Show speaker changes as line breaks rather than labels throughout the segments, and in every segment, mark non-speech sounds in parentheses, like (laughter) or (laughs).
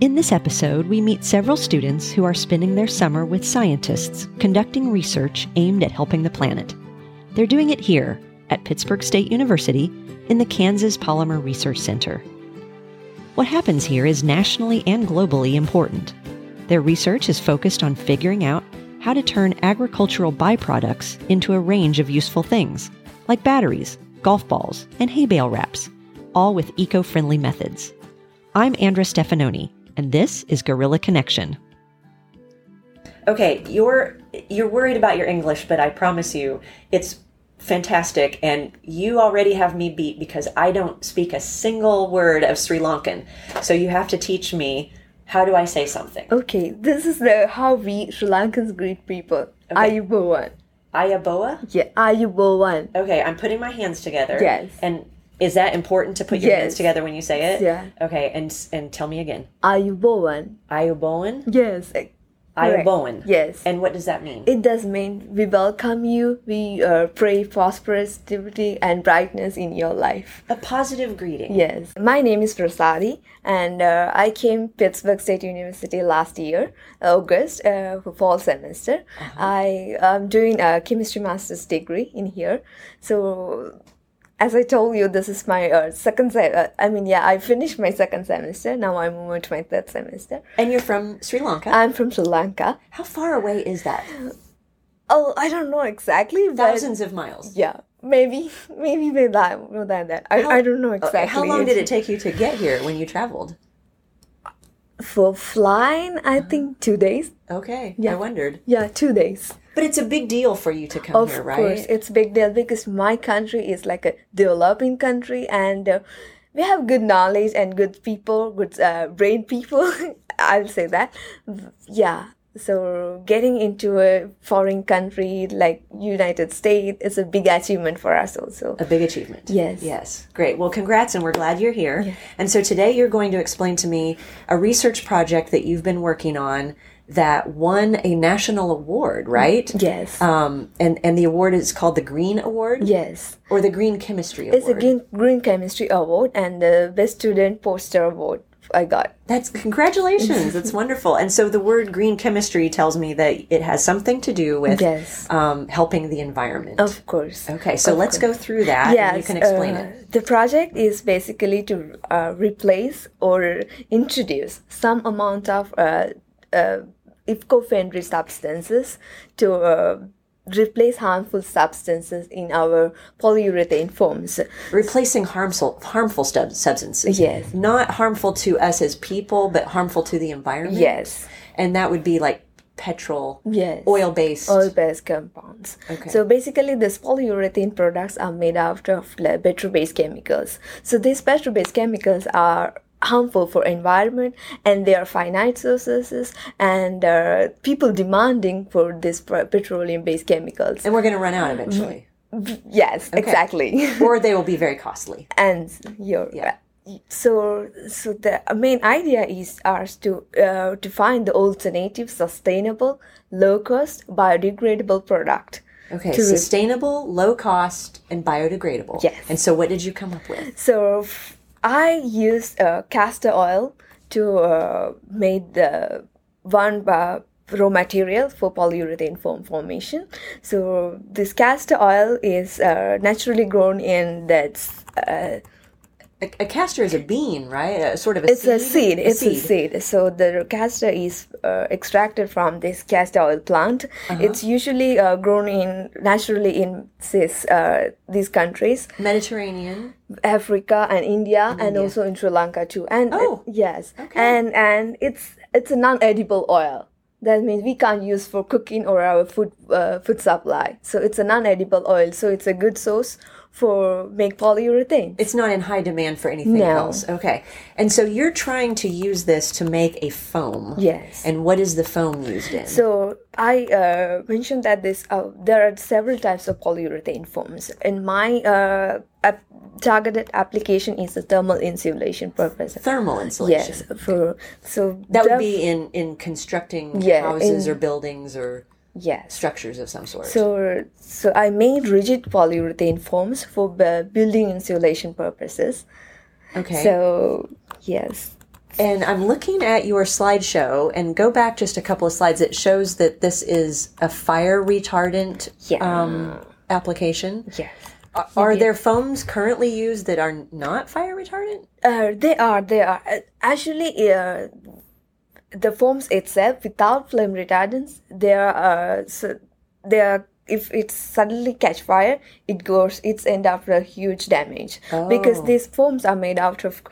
In this episode, we meet several students who are spending their summer with scientists conducting research aimed at helping the planet. They're doing it here at Pittsburgh State University in the Kansas Polymer Research Center. What happens here is nationally and globally important. Their research is focused on figuring out how to turn agricultural byproducts into a range of useful things, like batteries, golf balls, and hay bale wraps, all with eco friendly methods. I'm Andra Stefanoni, and this is Gorilla Connection. Okay, you're you're worried about your English, but I promise you it's fantastic and you already have me beat because I don't speak a single word of Sri Lankan. So you have to teach me how do I say something?
Okay, this is the how we Sri Lankans greet people.
Okay.
Ayubowan.
Ayaboa?
Yeah, Ayubowan.
Okay, I'm putting my hands together.
Yes.
And is that important to put your hands
Yes.
together when you say it?
Yeah.
Okay, and s- and tell me again.
Ayubowan.
Ayaboan?
Yes. eh, correct.
Ayaboan.
Yes.
And what does that mean?
it does mean we welcome you, we uh, pray prosperity and brightness in your life.
a positive greeting.
Yes. My name is Prasadi, and uh, I came Pittsburgh State University last year, August, uh, for fall semester.
Uh-huh.
I am doing a chemistry master's degree in here. So, as I told you, this is my uh, second. Se- uh, I mean, yeah, I finished my second semester. Now I'm moving to my third semester.
And you're from Sri Lanka.
I'm from Sri Lanka.
How far away is
(laughs)
that?
Oh, I don't know exactly, but
Thousands of miles.
yeah, maybe, (laughs) maybe more than more than that. I, I don't know exactly.
How long did it take you to get here when you traveled?
for flying? I
Uh-huh.
think two days.
Okay, I
Yeah.
wondered.
Yeah, two days.
But it's a big deal for you to come
Of
here, right?
course, it's big deal because my country is like a developing country, and uh, we have good knowledge and good people, good uh, brain people. (laughs) I'll say that. Yeah. So getting into a foreign country like United States is a big achievement for us also.
A big achievement.
Yes.
Yes. Great. Well, congrats, and we're glad you're here. And so today you're going to explain to me a research project that you've been working on that won a national award, right?
Mm. Yes.
Um, and, and the award is called the Green Award
yes.
or the Green Chemistry Award.
It's a Green, Green Chemistry Award and the Best Student Poster Award I got.
That's congratulations. That's wonderful. And so the word green chemistry tells me that it has something to do with
Yes.
um, helping the environment.
Of course.
okay, so let's go through that and you can explain
uh,
it.
The project is basically to uh, replace or introduce some amount of uh, uh, eco-friendly substances to uh, replace harmful substances in our polyurethane foams.
Mm-hmm. Replacing harmful harmful sub- substances.
Yes.
Not harmful to us as people, but harmful to the environment.
Yes.
And that would be like petrol,
Yes.
oil based.
oil-based compounds. So basically, these polyurethane products are made out of like, petrol-based chemicals. So these petrol-based chemicals are harmful for environment and they are finite sources and uh, people demanding for these pr- petroleum-based chemicals.
And we're going to run out eventually,
Yes, exactly. (laughs)
or they will be very costly.
and your so so the main idea is ours to uh, to find the alternative sustainable low cost biodegradable product
Okay,
To re-
sustainable, low cost, and biodegradable.
Yes.
And so, what did you come up with?
So f- I used uh, castor oil to uh, make the one uh, raw material for polyurethane foam formation. So this castor oil is uh, naturally grown in that's uh,
A, a castor is a bean, right? A, sort of a
it's
seed.
a seed. It's a seed. So the castor is uh, extracted from this castor oil plant. It's usually uh, grown in naturally in this, uh, these countries.
Mediterranean.
Africa and India and, also in Sri Lanka too. And it-
Oh,
yes,
okay.
and and it's it's a non-edible oil. That means we can't use for cooking or our food uh, food supply. So it's a non-edible oil. So it's a good source for make polyurethane.
It's not in high demand for anything
No.
else. Okay. And so you're trying to use this to make a foam.
Yes.
And what is the foam used in?
So I uh, mentioned that this uh, there are several types of polyurethane foams. In my uh, ap- targeted application is the thermal insulation purpose.
Thermal insulation.
Yes, for so
That would
def-
be in, in constructing
Yeah,
houses
in-
or buildings or
yes.
structures of some sort.
So, so I made rigid polyurethane foams for bu- building insulation purposes.
okay.
So, yes,
And I'm looking at your slideshow and go back just a couple of slides. It shows that this is a fire retardant
Yeah.
um, application.
Yes.
Are, are there foams currently used that are not fire retardant?
Uh, they are, they are. Uh, Actually, uh, the foams itself, without flame retardants, they are, uh, so they are, if it suddenly catch fire, it goes, it's end up a huge damage. Because
Oh.
these foams are made out of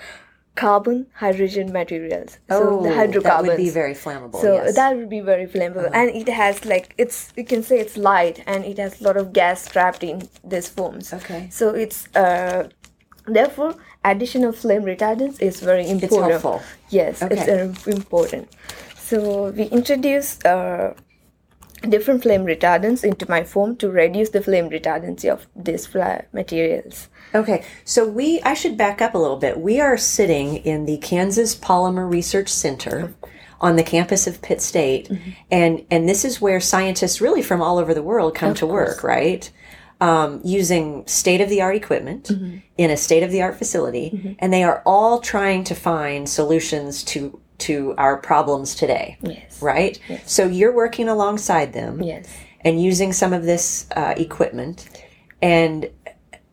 carbon, hydrogen materials. so the hydrocarbons.
Oh, that would be very flammable.
So
Oh, yes. Uh-huh.
that would be very flammable, and it has like it's you can say it's light, and it has a lot of gas trapped in these foams.
Okay.
So it's uh, therefore addition of flame retardants is very important.
helpful.
Yes, it's
Okay.
very important. So we introduce uh, different flame retardants into my foam to reduce the flame retardancy of these fly materials.
Okay, so we I should back up a little bit. We are sitting in the Kansas Polymer Research Center on the campus of Pitt State,
Mm-hmm.
and and this is where scientists really from all over the world come to work, right? Um, using state of the art equipment
Mm-hmm.
in a state of the art facility, and they are all trying to find solutions to to our problems today,
Yes.
right? So you're working alongside them,
Yes.
and using some of this uh, equipment. And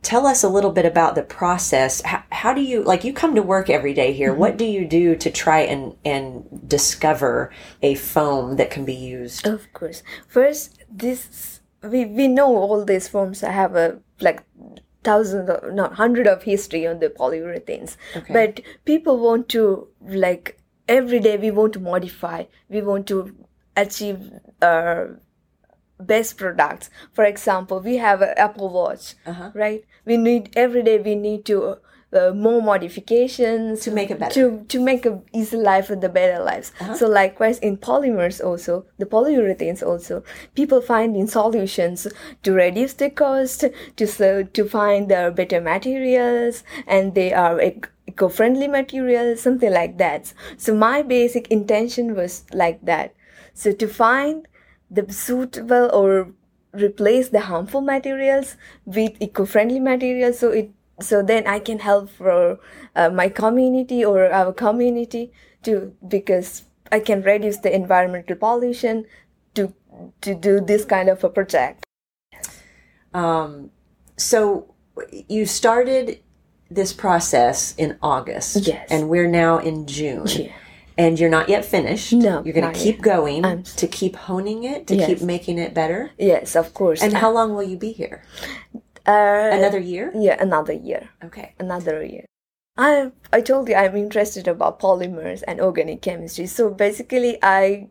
tell us a little bit about the process. How, how do you like you come to work every day here?
Mm-hmm.
What do you do to try and and discover a foam that can be used?
Of course. First, this we we know all these forms have a like thousand of, not hundred of history on the polyurethanes, but people want to like every day we want to modify, we want to achieve uh, best products. For example, we have an Apple Watch,
Uh-huh.
right? We need every day we need to. Uh, more modifications to
make it better. Uh-huh.
to, to make a easy life and the better lives. So likewise in polymers also, the polyurethanes also, people find in solutions to reduce the cost, to so to find the better materials, and they are ec- eco-friendly materials, something like that. So my basic intention was like that. So to find the suitable or replace the harmful materials with eco-friendly materials so it so then i can help for uh, my community or our community to because i can reduce the environmental pollution to to do this kind of a project
Um, so you started this process in August,
Yes.
and we're now in June.
Yeah.
And you're not yet finished.
No,
you're going
not
to keep going
I'm-
to keep honing it, to
Yes.
keep making it better.
yes of course
And how long will you be here?
uh,
Another year?
yeah another year
Okay.
another year. I I told you I'm interested about polymers and organic chemistry. So basically, I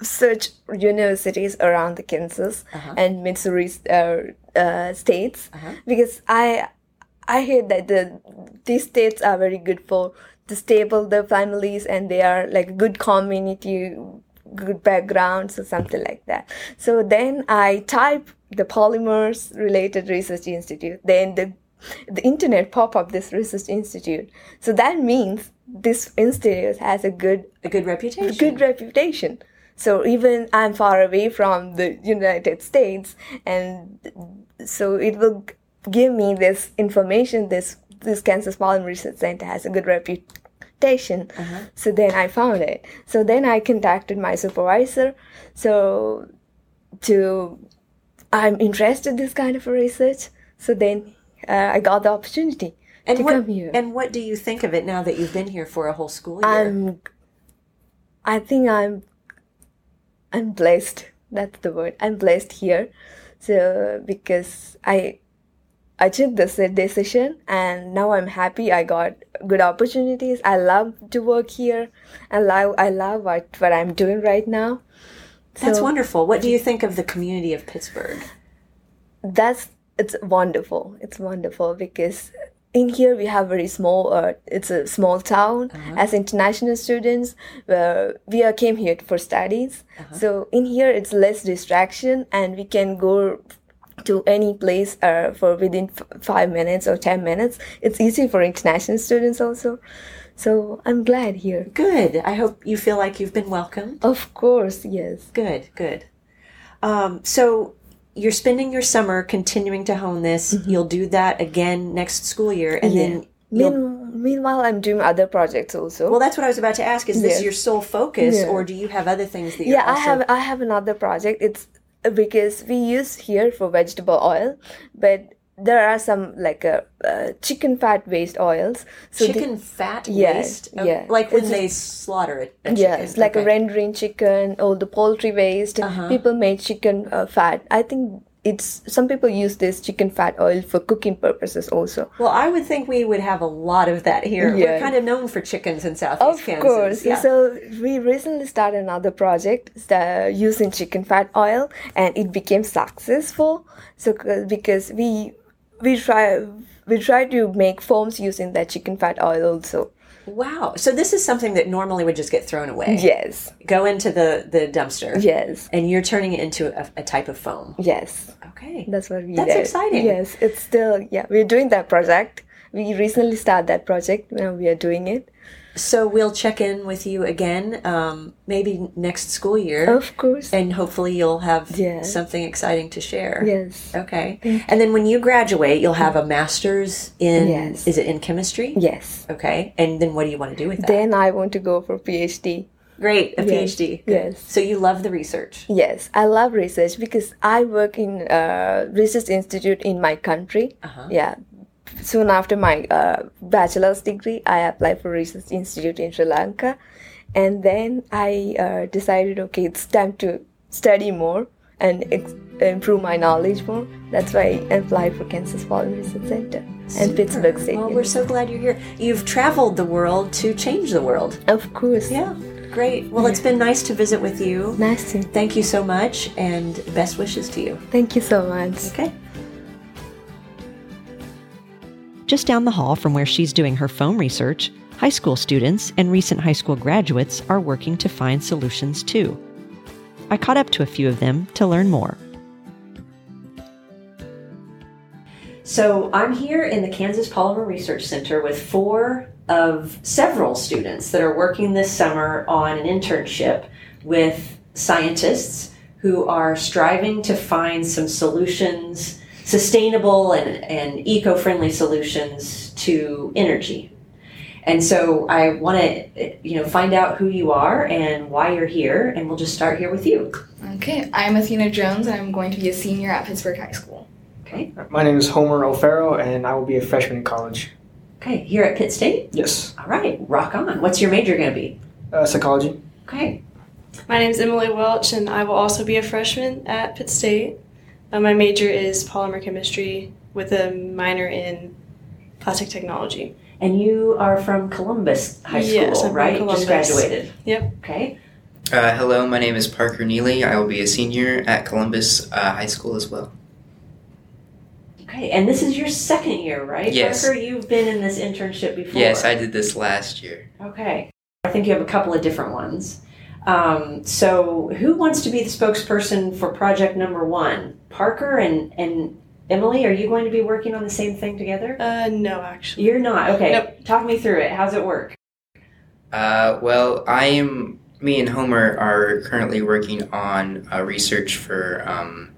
search universities around the Kansas and Missouri uh, uh, states because I I hear that the these states are very good for to stable the families and they are like good community, good backgrounds or something like that. So then I type the polymers related research institute. Then the the internet pop up this research institute. So that means this institute has a good
A good reputation.
good reputation. So even I'm far away from the United States, and so it will g- give me this information. This this Kansas Pollen Research Center has a good reputation.
Uh-huh.
So then I found it. So then I contacted my supervisor. So to I'm interested in this kind of research. So then uh, I got the opportunity
and
to
what,
come here.
And what do you think of it now that you've been here for a whole school year?
I'm. I think I'm. I'm blessed. That's the word. I'm blessed here, so because I, I took this decision and now I'm happy. I got good opportunities. I love to work here. I love. I love what what I'm doing right now.
That's
so-
wonderful. What do you think of the community of Pittsburgh?
that's it's wonderful it's wonderful because in here we have very small uh, it's a small town as international students uh, we are came here for studies so in here it's less distraction and we can go to any place uh, for within f- five minutes or ten minutes it's easy for international students also so i'm glad here
Good. I hope you feel like you've been welcomed.
of course yes
Good, good. Um, so you're spending your
Mm-hmm.
summer continuing to hone this. You'll do that again next school year, and then you'll,
Meanwhile- Meanwhile, I'm doing other projects also.
Well, that's what I was about to ask. Is this
Yes.
your sole focus,
Yeah.
or do you have other things that you're
yeah, I
also-
have I have another project. It's because we use here for vegetable oil, but there are some like uh, uh, chicken fat based oils. So the-
chicken fat
Yeah,
waste? Oh,
yeah.
Like when
It's a-
they slaughter it. a
yeah,
chicken.
it's like a
Okay. Uh-huh.
rendering chicken or the poultry waste. People made chicken uh, fat. I think it's some people use this chicken fat oil for cooking purposes also.
Well, I would think we would have a lot of that here. We're
Yeah.
kind of known for chickens in Southeast
Of
Kansas.
course.
Yeah.
So we recently started another project uh, using chicken fat oil, and it became successful. So c- because we we try we try to make foams using that chicken fat oil also.
wow. So this is something that normally would just get thrown
Mm-hmm.
away.
Yes.
Go into the, the dumpster.
Yes.
And you're turning it into a, a type of foam.
Yes.
Okay.
That's what we
That's
did.
exciting.
Yes, it's still yeah. We're doing that project. We recently started that project. Now we are doing it.
So we'll check in with you again, um, maybe next school year,
Of course.
and hopefully you'll have
Yeah.
something exciting to share.
Yes.
Okay. And then when you graduate, you'll have a master's in
Yes.
is it in chemistry?
Yes.
Okay. And then what do you want to do with that?
Then I want to go for PhD.
Great, a
Yes.
PhD.
Yes.
So you love the research.
Yes, I love research because I work in a research institute in my country.
Uh-huh.
Yeah. Soon after my uh, bachelor's degree, I applied for research institute in Sri Lanka, and then I uh, decided, okay, it's time to study more and ex- improve my knowledge more. That's why I applied for Kansas Pollen Research Center and Pittsburgh State.
Well, we're
University.
so glad you're here. You've traveled the world to change the world.
Of course.
Yeah. Great. Well, it's been nice to visit with you.
Nice. to-
Thank you so much and best wishes to you.
Thank you so much.
Okay.
Just down the hall from where she's doing her foam research, high school students and recent high school graduates are working to find solutions too. I caught up to a few of them to learn more.
So I'm here in the Kansas Polymer Research Center with four of several students that are working this summer on an internship with scientists who are striving to find some solutions, sustainable and, and eco friendly solutions to energy. And so I want to, you know, find out who you are and why you're here, and we'll just start here with you.
Okay, I'm Athena Jones, and I'm going to be a senior at Pittsburgh High School.
Okay.
My name is Homer O'Farrell, and I will be a freshman in college.
Okay. Here at Pitt State.
Yes.
All right. Rock on. What's your major going to be?
Uh, psychology.
Okay.
My name is Emily Welch, and I will also be a freshman at Pitt State. Uh, my major is polymer chemistry with a minor in plastic technology.
And you are from Columbus High School,
Yes, I'm from
right?
Columbus.
Just graduated.
Yep.
Okay.
Uh, hello, my name is Parker Neely. I will be a senior at Columbus uh, High School as well.
Okay. And this is your second year, right?
Yes.
Parker, you've been in this internship before.
Yes, I did this last year.
Okay. I think you have a couple of different ones. Um, so, who wants to be the spokesperson for project number one? Parker and, and Emily, are you going to be working on the same thing together?
Uh, no, actually.
You're not. Okay.
Nope.
Talk me through it. How's it work?
Uh, well, I am. Me and Homer are currently working on uh, research for um,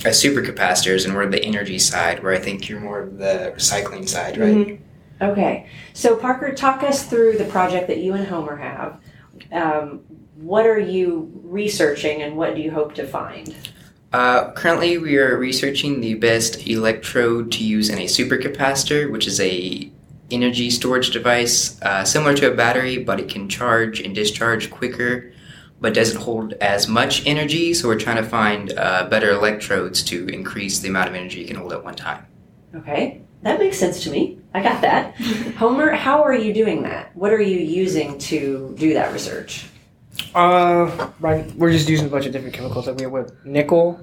uh, supercapacitors, and we're the energy side, where I think you're more of the recycling side, right?
Mhm.
Okay. So, Parker, talk us through the project that you and Homer have. Um, what are you researching and what do you hope to find?
Uh, currently, we are researching the best electrode to use in a supercapacitor, which is a energy storage device uh, similar to a battery, but it can charge and discharge quicker, but doesn't hold as much energy. So we're trying to find uh, better electrodes to increase the amount of energy you can hold at one time.
Okay. That makes sense to me. I got (laughs) that. Homer, how are you doing that? What are you using to do that research?
Uh, right. We're just using a bunch of different chemicals. Like we have what, nickel.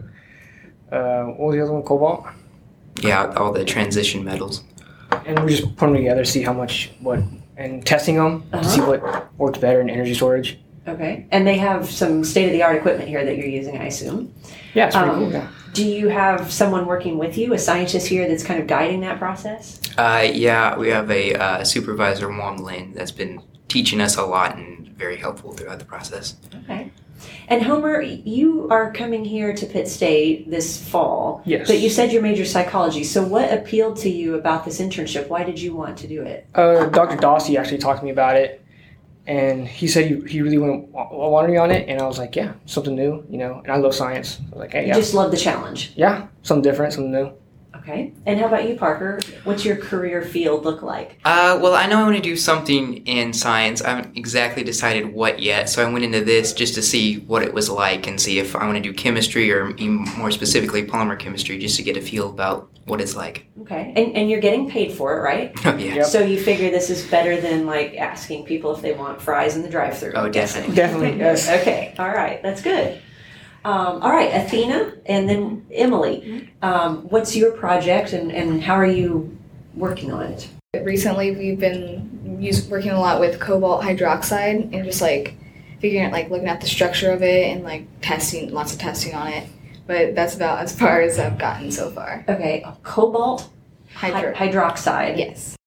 Uh, what was the other one? Cobalt.
Yeah, all the transition metals.
And we just put them together, see how much what, and testing them to see what works better in energy storage.
Okay. And they have some state of the art equipment here that you're using, I assume.
Yeah, it's pretty
Um,
cool. Yeah.
Do you have someone working with you, a scientist here that's kind of guiding that process?
Uh, yeah, we have a uh, supervisor, Wong Lin, that's been teaching us a lot and very helpful throughout the process.
Okay. And Homer, you are coming here to Pitt State this fall,
Yes.
but you said your major is psychology. So what appealed to you about this internship? Why did you want to do it?
Uh, Dr. Dossie actually talked to me about it, and he said he, he really wanted, wanted me on it, and I was like, yeah, something new, you know. And I love science. I was like, hey,
You
yeah,
just love the challenge.
yeah, something different, something new.
Okay. And how about you, Parker? What's your career field look like?
Uh, well, I know I want to do something in science. I haven't exactly decided what yet, so I went into this just to see what it was like and see if I want to do chemistry or even more specifically polymer chemistry, just to get a feel about what it's like. (laughs)
Okay. And, and you're getting paid for it, right?
Oh yeah.
Yep.
So you figure this is better than like asking people if they want fries in the drive-through.
Oh, definitely.
(laughs)
(laughs)
Definitely, yes.
Okay. All right. That's good. Um, all right, Athena, and then Emily. Um, what's your project, and, and how are you working on it?
Recently, we've been use, working a lot with cobalt hydroxide and just like figuring out, like looking at the structure of it and like testing, lots of testing on it. But that's about as (laughs) far as I've gotten so far.
Okay, cobalt
Hydro.
hy- hydroxide.
yes.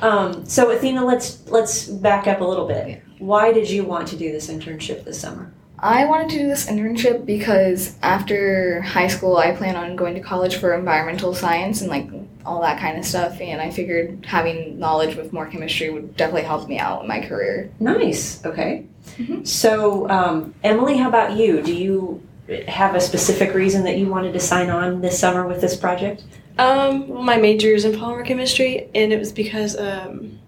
Um, so Athena, let's let's back up a little bit.
Yeah.
Why did you want to do this internship this summer?
I wanted to do this internship because after high school, I plan on going to college for environmental science and like all that kind of stuff. And I figured having knowledge with more chemistry would definitely help me out in my career.
Nice. Okay. Mm-hmm. So um, Emily, how about you? Do you have a specific reason that you wanted to sign on this summer with this project?
Um, well, my major is in polymer chemistry, and it was because um,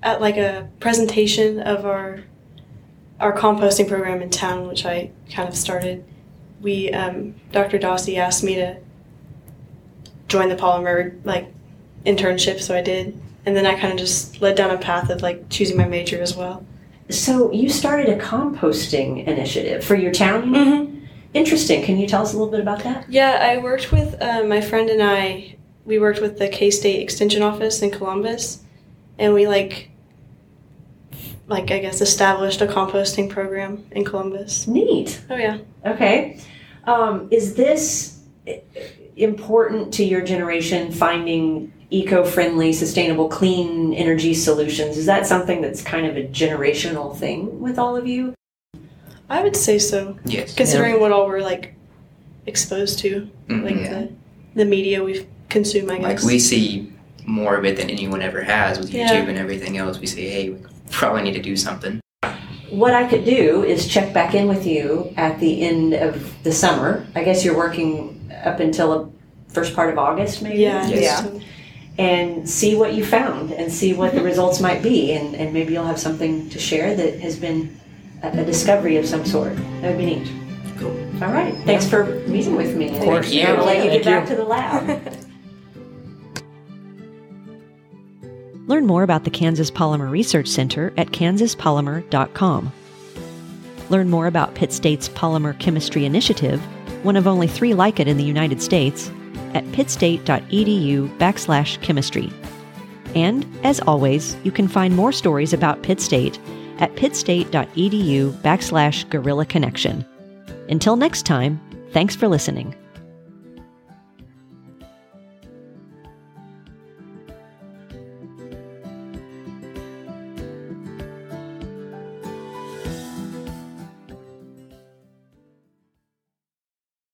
at like a presentation of our our composting program in town, which I kind of started, we um, Dr. Dossie asked me to join the polymer like internship, so I did, and then I kind of just led down a path of like choosing my major as well.
So you started a composting initiative for your town.
Mm-hmm.
Interesting. Can you tell us a little bit about that?
Yeah, I worked with uh, my friend and I. We worked with the K State Extension Office in Columbus, and we like, like I guess, established a composting program in Columbus.
Neat.
Oh yeah.
Okay. Um, is this i- important to your generation finding eco-friendly, sustainable, clean energy solutions? Is that something that's kind of a generational thing with all of you?
I would say so,
Yes.
considering what all we're like exposed to,
Mhm.
like
Yeah.
the, the media we've consumed. I
Like
guess.
we see more of it than anyone ever has with
Yeah.
YouTube and everything else. We say, hey, we probably need to do something.
What I could do is check back in with you at the end of the summer. I guess you're working up until the first part of August, maybe?
yeah.
Yes.
Yeah.
and see what you found and see what the results might be and, and maybe you'll have something to share that has been a, a discovery of some sort that would be neat
Cool.
all right thanks for meeting with me of
course.
i'm gonna let you
Thank
get back to
you.
the lab
Learn more about the Kansas Polymer Research Center at kansaspolymer.com. Learn more about Pitt State's Polymer Chemistry Initiative, one of only three like it in the United States, at pittstate.edu backslash chemistry. And, as always, you can find more stories about Pitt State at pittstate.edu backslash gorilla connection. Until next time, thanks for listening.